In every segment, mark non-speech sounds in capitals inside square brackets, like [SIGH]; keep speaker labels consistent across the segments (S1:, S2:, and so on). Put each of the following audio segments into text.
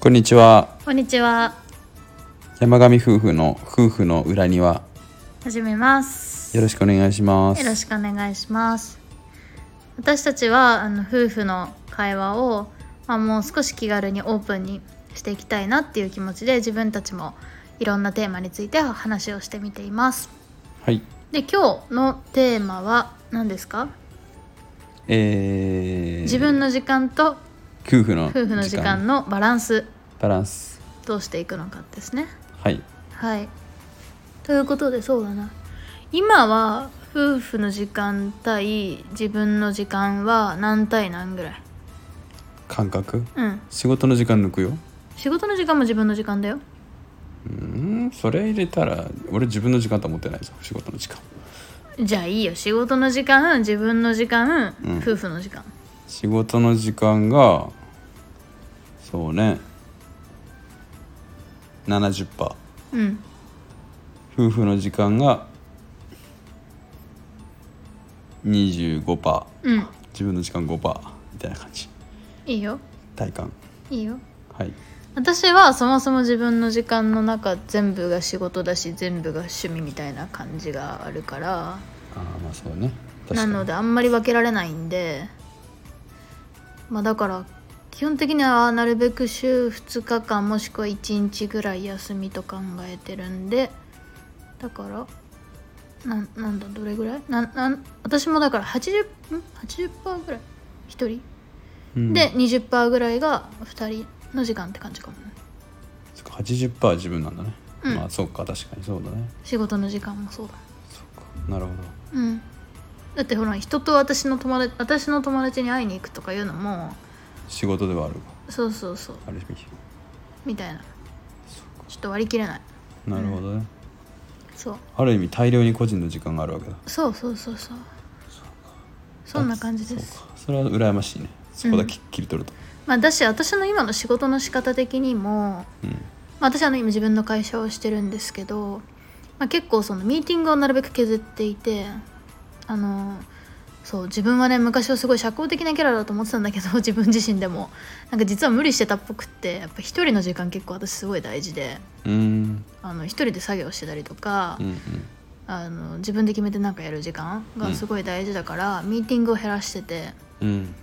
S1: こんにちは
S2: こんにちは。
S1: 山上夫婦の夫婦の裏庭
S2: 始めます。
S1: よろしくお願いします
S2: よろしくお願いします。私たちはあの夫婦の会話を、まあ、もう少し気軽にオープンにしていきたいなっていう気持ちで自分たちもいろんなテーマについて話をしてみています。
S1: はい
S2: で今日のテーマは何ですか、
S1: えー、
S2: 自分の時間と
S1: 夫婦の
S2: 夫婦の時間のバランス
S1: バランス
S2: どうしていくのかですね。
S1: はい
S2: はい。ということでそうだな今は夫婦の時間対自分の時間は何対何ぐらい
S1: 感覚
S2: うん
S1: 仕事の時間抜くよ
S2: 仕事の時間も自分の時間だよ
S1: うんそれ入れたら俺自分の時間と思ってないぞ仕事の時間
S2: じゃあいいよ仕事の時間自分の時間、
S1: うん
S2: 夫婦の時間
S1: 仕事の時間がそうね70%
S2: うん
S1: 夫婦の時間が25%
S2: うん
S1: 自分の時間5%みたいな感じ
S2: いいよ
S1: 体感
S2: いいよ
S1: はい
S2: 私はそもそも自分の時間の中全部が仕事だし全部が趣味みたいな感じがあるから
S1: ああまあそうね確か
S2: な
S1: に
S2: のであんまり分けられないんでまあだから基本的にはなるべく週2日間もしくは1日ぐらい休みと考えてるんでだからなんなんだどれぐらいなんなん私もだから 80%, ん80ぐらい1人、
S1: うん
S2: で20%ぐらいが2人の時間って感じかもね
S1: そっか80%自分なんだね、
S2: うん
S1: まあそうか確かにそうだね
S2: 仕事の時間もそうだ
S1: そうかなるほど
S2: うんだってほら人と私の友達私の友達に会いに行くとかいうのも
S1: 仕事ではあるわ
S2: そうそうそう
S1: ある意味
S2: みたいなちょっと割り切れない
S1: なるほどね、
S2: そう
S1: ある意味大量に個人の時間があるわけだ
S2: そうそうそうそうそんな感じです
S1: そうかそれは羨ましいねそこだけ切り取ると
S2: まあだし私の今の仕事の仕方的にも、
S1: うん、
S2: まあ、私は、ね、今自分の会社をしてるんですけど、まあ、結構そのミーティングをなるべく削っていてあのそう自分はね昔はすごい社交的なキャラだと思ってたんだけど [LAUGHS] 自分自身でもなんか実は無理してたっぽくってやっぱ一人の時間結構私すごい大事で
S1: うん
S2: あの一人で作業してたりとか、
S1: うんうん
S2: あの自分で決めてなんかやる時間がすごい大事だから、ミーティングを減らしてて
S1: うん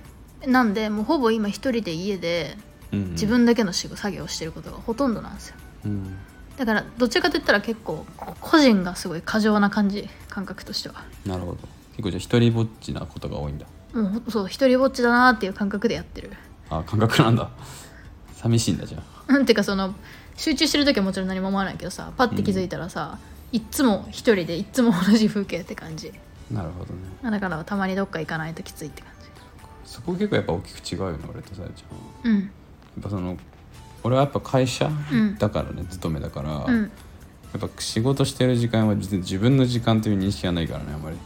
S2: なんでもうほぼ今一人で家で
S1: うん
S2: 自分だけの仕事作業をしてることがほとんどなんですよ
S1: うん
S2: だからどっちかといったら結構個人がすごい過剰な感じ感覚としては
S1: なるほど結構じゃあ一人ぼっちなことが多いんだ
S2: もうほそう一人ぼっちだなっていう感覚でやってる
S1: あ感覚なんだ [LAUGHS] 寂しいんだじゃあ
S2: なんていうかその集中してる時はもちろん何も思わないけどさパッて気づいたらさ、いっつも一人でいっつも同じ風景って感じ
S1: なるほどね
S2: だからたまにどっか行かないときついって感
S1: そこ結構やっぱ大きく違うよね俺とさやちゃんは
S2: じうん
S1: やっぱその俺はやっぱ会社
S2: ん
S1: だからね、勤めだから、
S2: うん
S1: やっぱ仕事してる時間は実に自分の時間という認識がないからねあんまり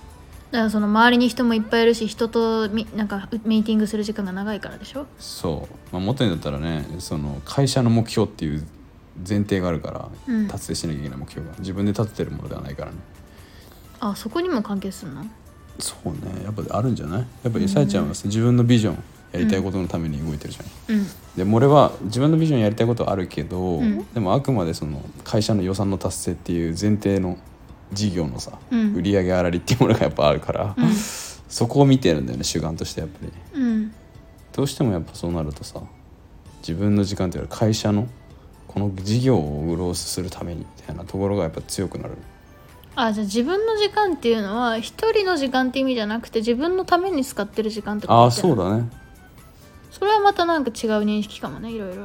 S2: だからその周りに人もいっぱいいるし人とみなんかミーティングする時間が長いからでしょ
S1: そう、まあ、元にだったらねその会社の目標っていう前提があるから、
S2: うん
S1: 達成しなきゃいけない目標が自分で立ててるものではないからね
S2: あそこにも関係するの
S1: そうねやっぱあるんじゃないやっぱりさやちゃんはさ自分のビジョンやりたいことのために動いてるじゃん、
S2: うん
S1: でも俺は自分のビジョンやりたいことはあるけど、でもあくまでその会社の予算の達成っていう前提の事業のさ、
S2: うん
S1: 売上粗利っていうものがやっぱあるから、
S2: うん
S1: そこを見てるんだよね主眼としてやっぱり
S2: うん
S1: どうしてもやっぱそうなるとさ自分の時間というより会社のこの事業を潤するためにみたいなところがやっぱ強くなる
S2: あじゃあ自分の時間っていうのは一人の時間って意味じゃなくて自分のために使ってる時間ってこと
S1: ああそう
S2: だ
S1: だね
S2: それはまたなんか違う認識かもねいろいろ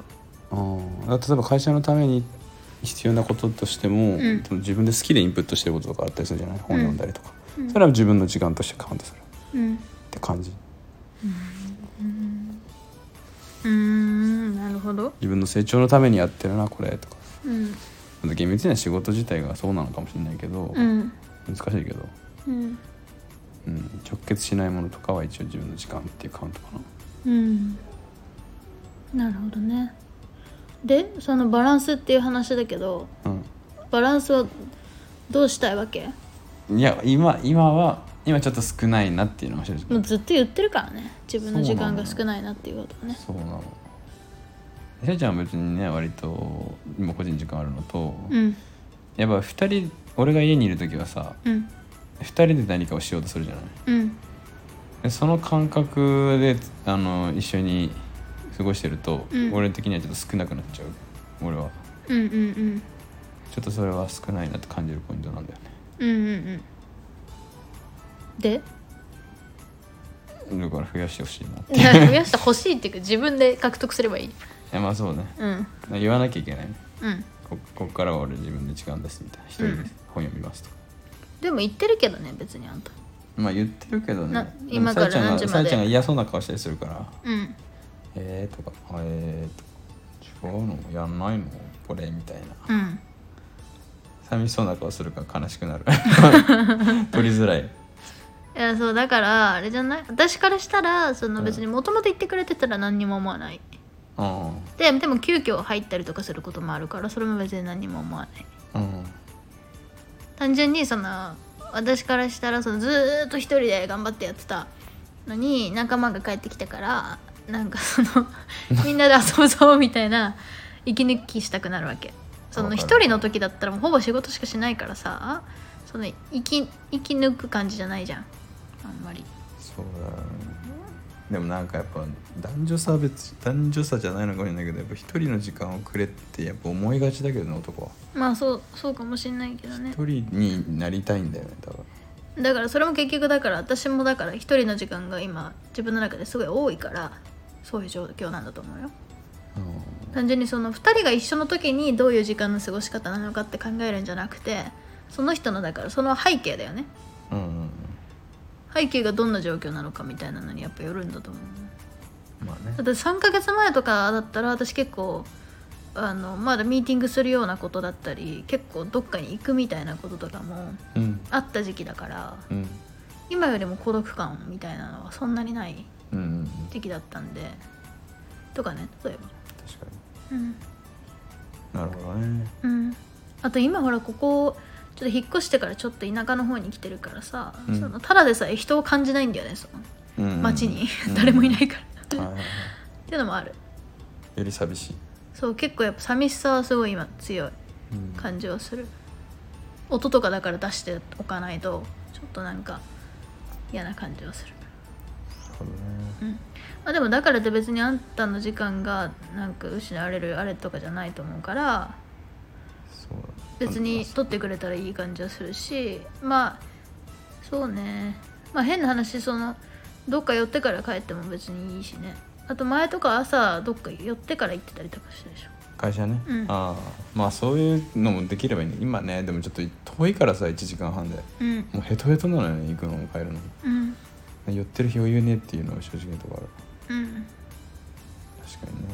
S1: あー例えば会社のために必要なこととしても、
S2: ん
S1: でも自分で好きでインプットしてることとかあったりするじゃない本読んだりとか、
S2: うん
S1: それは自分の時間としてカウントする
S2: うん
S1: って感じ
S2: うーんなるほど
S1: 自分の成長のためにやってるなこれとか
S2: うん
S1: まあ厳密には仕事自体がそうなのかもしれないけど、
S2: うん
S1: 難しいけど、
S2: うん
S1: うん、直結しないものとかは一応自分の時間っていうカウントかな
S2: うんなるほどねでそのバランスっていう話だけどバランスはどうしたいわけ
S1: うん、いや今今は今ちょっと少ないなっていうのが正
S2: も
S1: 直
S2: うずっと言ってるからね自分の時間が少ないなっていうことをね
S1: そうなのしーちゃんは別にね割と今個人時間あるのと、
S2: うん
S1: やっぱ2人俺が家にいる時はさ
S2: うん
S1: 2人で何かをしようとするじゃない
S2: うん
S1: でその感覚であの一緒に過ごしてると、
S2: うん
S1: 俺的にはちょっと少なくなっちゃう俺は
S2: うんうんうん
S1: ちょっとそれは少ないなって感じるポイントなんだよね
S2: うんうんうんで
S1: だから増やしてほしいなってい
S2: 増やしてほしいっていうか自分で獲得すればいい
S1: やまあそうね
S2: うん
S1: 言わなきゃいけないね
S2: うん
S1: ここっからは俺自分で時間ですみたいな一人で本読みますとか、
S2: でも言ってるけどね別にあんた
S1: まあ言ってるけど
S2: な
S1: ね
S2: 今から
S1: でも
S2: 何時まで
S1: さえちゃんがさえちゃんが嫌そうな顔したりするから
S2: うん
S1: 「えー」とか「あえー」とか「違うのやんないのこれ」みたいな
S2: うん
S1: 寂しそうな顔するから悲しくな
S2: [LAUGHS]
S1: る取りづらい
S2: いやそうだからあれじゃない私からしたらその別にもともと言ってくれてたら何にも思わない
S1: うん
S2: ででも急遽入ったりとかすることもあるからそれも別に何にも思わない
S1: うん
S2: 単純にその私からしたらそのずーっと一人で頑張ってやってたのに仲間が帰ってきたからなんかそ
S1: [LAUGHS]
S2: のみんなで遊ぶぞみたいな息抜きしたくなる
S1: [LAUGHS]
S2: わけそ
S1: わ
S2: の
S1: かる
S2: 一人の時だったらもうほぼ仕事しかしないからさその息息抜く感じじゃないじゃんあんまり
S1: そうだよねでもなんかやっぱ男女差は別男女差じゃないのかもしれないけどやっぱ一人の時間をくれってやっぱ思いがちだけどね男は
S2: まあそうそうかもしんないけどね
S1: 一人になりたいんだよね多分
S2: だからそれも結局だから私もだから一人の時間が今自分の中ですごい多いからそういう状況なんだと思うよ
S1: うん
S2: 単純にその2人が一緒の時にどういう時間の過ごし方なのかって考えるんじゃなくてその人のだからその背景だよね
S1: うんうんうん
S2: 背景がどんな状況なのかみたいなのにやっぱよるんだと思う
S1: まあね
S2: だって3ヶ月前とかだったら私結構あのまだミーティングするようなことだったり結構どっかに行くみたいなこととかも
S1: うん
S2: あった時期だから
S1: うん
S2: 今よりも孤独感みたいなのはそんなにない
S1: うんうん
S2: 時期だったんでとかね例えば
S1: 確か
S2: うん
S1: になるほどね
S2: うんあと今ほらここちょっと引っ越してからちょっと田舎の方に来てるからさ、
S1: うん
S2: そのただでさえ人を感じないんだよねその
S1: うんうん
S2: 街に、
S1: うん
S2: [LAUGHS] 誰もいないから、
S1: は
S2: [LAUGHS] っ
S1: いはいはい
S2: ていうのもある
S1: より寂しい、
S2: そう結構やっぱ寂しさはすごい今強い
S1: うん
S2: 感じはする音とかだから出しておかないとちょっとなんか嫌な感じはする
S1: そう
S2: う
S1: だね
S2: んまあ、でもだからって別にあんたの時間がなんか失われるあれとかじゃないと思うから
S1: そうだ
S2: 別に取ってくれたらいい感じはするしまあそうねまあ変な話そのどっか寄ってから帰っても別にいいしねあと前とか朝どっか寄ってから行ってたりとかしてるでしょ
S1: 会社ね、
S2: うん
S1: ああまあそういうのもできればいいね今ねでもちょっと遠いからさ1時間半で
S2: うん
S1: もうヘトヘトなのよね行くのも帰るのも
S2: うん
S1: 寄ってる余裕ねっていうのは正直なとこある
S2: うん
S1: 確かにね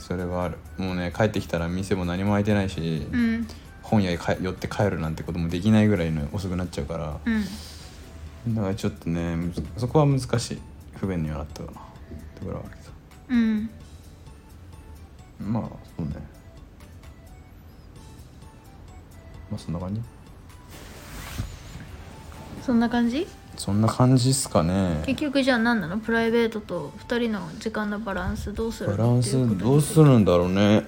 S1: それはあるもうね帰ってきたら店も何も開いてないし、
S2: うん
S1: 本屋にか寄って帰るなんてこともできないぐらいの遅くなっちゃうから、
S2: うん
S1: だからちょっとねむずそこは難しい不便にはなったかなところはあるけど
S2: うん
S1: まあそうねまあそんな感じ
S2: そんな感じ
S1: そんな感じっすかね
S2: 結局じゃあ何なのプライベートと2人の時間のバランスどうする
S1: バ
S2: の
S1: ラン
S2: っていうこ
S1: ス
S2: とに
S1: どうするんだろうね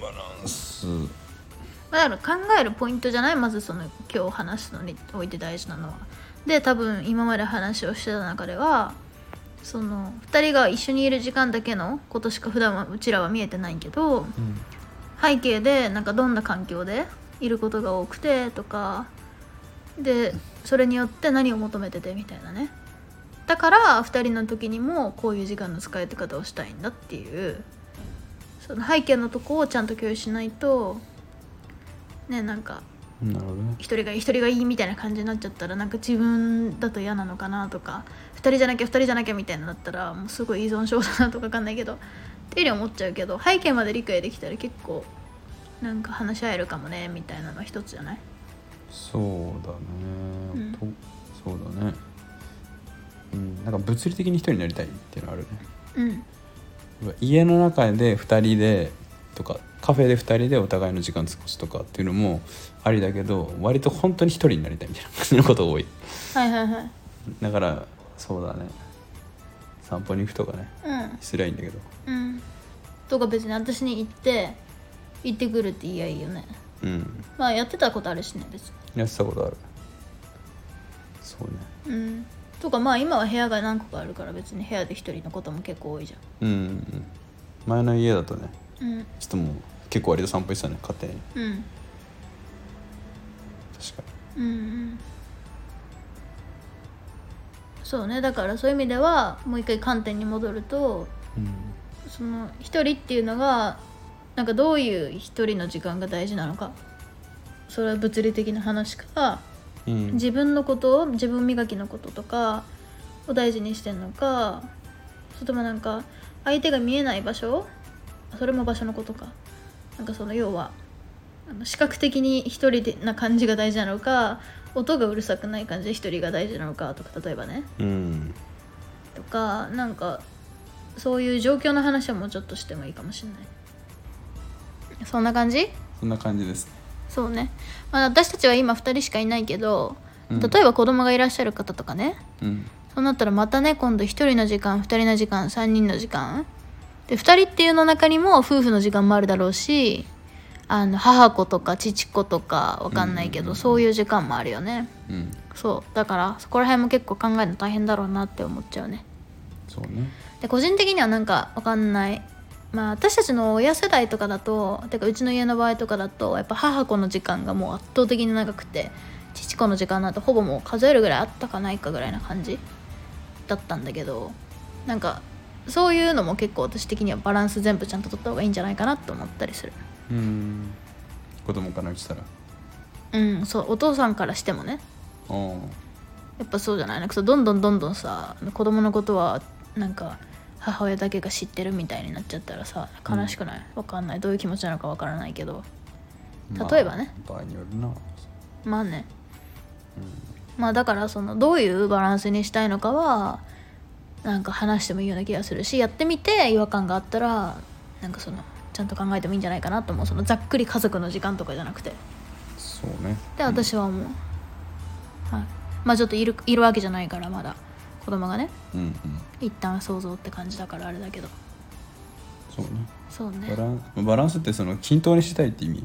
S1: バランス
S2: まあだから考えるポイントじゃないまずその今日話すのにおいて大事なのは。で多分今まで話をしてた中ではその2人が一緒にいる時間だけのことしか普段はうちらは見えてないけど
S1: うん
S2: 背景でなんかどんな環境でいることが多くてとかでそれによって何を求めててみたいなねだから2人の時にもこういう時間の使い方をしたいんだっていうその背景のとこをちゃんと共有しないとねなんか
S1: なるほどね
S2: 一人がいい一人がいいみたいな感じになっちゃったらなんか自分だと嫌なのかなとか二人じゃなきゃ二人じゃなきゃみたいなのだったらもうすごい依存症だなとかわかんないけどっていうより思っちゃうけど背景まで理解できたら結構なんか話し合えるかもねみたいなの一つじゃない
S1: そうだね、
S2: うん
S1: とそうだねうんなんか物理的に一人になりたいっていうのはあるね
S2: うん
S1: やっぱ家の中で2人でとかカフェで2人でお互いの時間過ごすとかっていうのもありだけど割と本当に1人になりたいみたいな感じのことが多い
S2: はいはいはい
S1: だからそうだね散歩に行くとかね
S2: う
S1: すりゃいいんだけど
S2: んうんとか別に私に行って行ってくるって言いゃいいよね
S1: うん
S2: まあやってたことあるしね別
S1: やってたことあるそうね
S2: にうんとかまあ今は部屋が何個かあるから別に部屋で一人のことも結構多いじ
S1: うんうんうん前の家だとね
S2: ゃんうん
S1: ちょっともう結構割と散歩してたね勝手に
S2: うん
S1: 確か
S2: うんうんそうねだからそういう意味ではもう一回観点に戻ると
S1: に
S2: その一人っていうのがなんかどういう一人の時間が大事なのかそれは物理的な話か
S1: うん、うん、
S2: 自分のことを自分磨きのこととかを大事にしてんのかそれともなんか相手が見えない場所それも場所のことかなんかその要はあの視覚的に一人でな感じが大事なのか音がうるさくない感じで一人が大事なのかとか例えばね
S1: うん
S2: とかなんかそういう状況の話をもうちょっとしてもいいかもしれないそんな感じ
S1: そんな感じですね
S2: そうね、まあ、私たちは今2人しかいないけど、
S1: うん
S2: 例えば子供がいらっしゃる方とかね
S1: うん
S2: そうなったらまたね今度1人の時間2人の時間3人の時間で2人っていうの中にも夫婦の時間もあるだろうしあの母子とか父子とかわかんないけど、そういう時間もあるよね
S1: うん
S2: そうだからそこら辺も結構考えるの大変だろうなって思っちゃうね
S1: そうね
S2: で個人的にはなんかわかんないまあ私たちの親世代とかだとてかうちの家の場合とかだとやっぱ母子の時間がもう圧倒的に長くて父子の時間なんてほぼもう数えるぐらいあったかないかぐらいな感じだったんだけどなんかそういうのも結構私的にはバランス全部ちゃんと取った方がいいんじゃないかなと思ったりする
S1: うん子供からしたら
S2: うんそうお父さんからしてもね
S1: お
S2: やっぱそうじゃないなんかそうどんどんどんどんさ子供のことはなんか母親だけが知ってるみたいになっちゃったらさ悲しくない、わかんないどういう気持ちなのかわからないけど例えばね、
S1: まあ場合によるな
S2: まあね、まあだからそのどういうバランスにしたいのかはなんか話してもいいような気がするしやってみて違和感があったらなんかそのちゃんと考えてもいいんじゃないかなと思うそのざっくり家族の時間とかじゃなくて
S1: そうね
S2: で私は思う、はい、まあちょっといるいるわけじゃないからまだ子供がね
S1: うんうん
S2: 一旦想像って感じだからあれだけど
S1: そうね
S2: そうね
S1: バランバランスってその均等にしたいって意味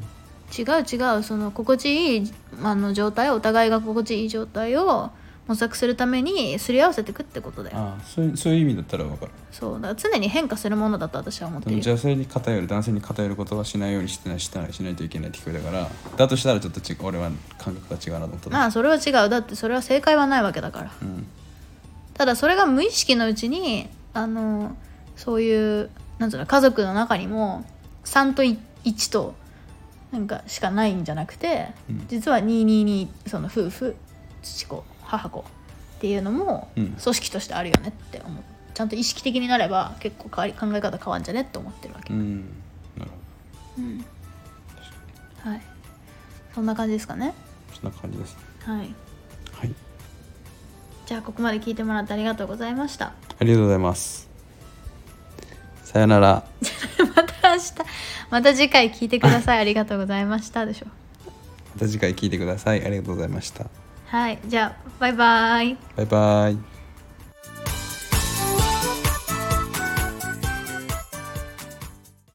S2: 違う違うその心地いいあの状態お互いが心地いい状態を模索するためにすり合わせていくってことだよ
S1: ああそういうそういう意味だったら分かる
S2: そうだから常に変化するものだと私は思っ
S1: で
S2: て
S1: も
S2: るよ
S1: 女性に偏る男性に偏ることはしないようにしてないしてないしないといけないって聞こえたからだとしたらちょっとち俺は感覚が違うなと思った
S2: まあそれは違うだってそれは正解はないわけだから
S1: うん
S2: ただそれが無意識のうちにあのそういうなんつうの家族の中にも3と1となんかしかないんじゃなくて、
S1: うん
S2: 実は222その夫婦父子母子っていうのも
S1: うん
S2: 組織としてあるよねって思う、ちゃんと意識的になれば結構変わり考え方変わんじゃねって思ってるわけ、
S1: うんなるほ
S2: うんはいそんな感じですかね
S1: どそんな感じですね
S2: はい
S1: はい
S2: じゃあここまで聞いてもらってありがとうございました [LAUGHS]
S1: ありがとうございますさよなら
S2: また明日また次回聞いてく
S1: [LAUGHS]
S2: ださいありがとうございましたでしょ
S1: また次回聞いてくださいありがとうございました
S2: はいじゃあバイバイ
S1: バイバイ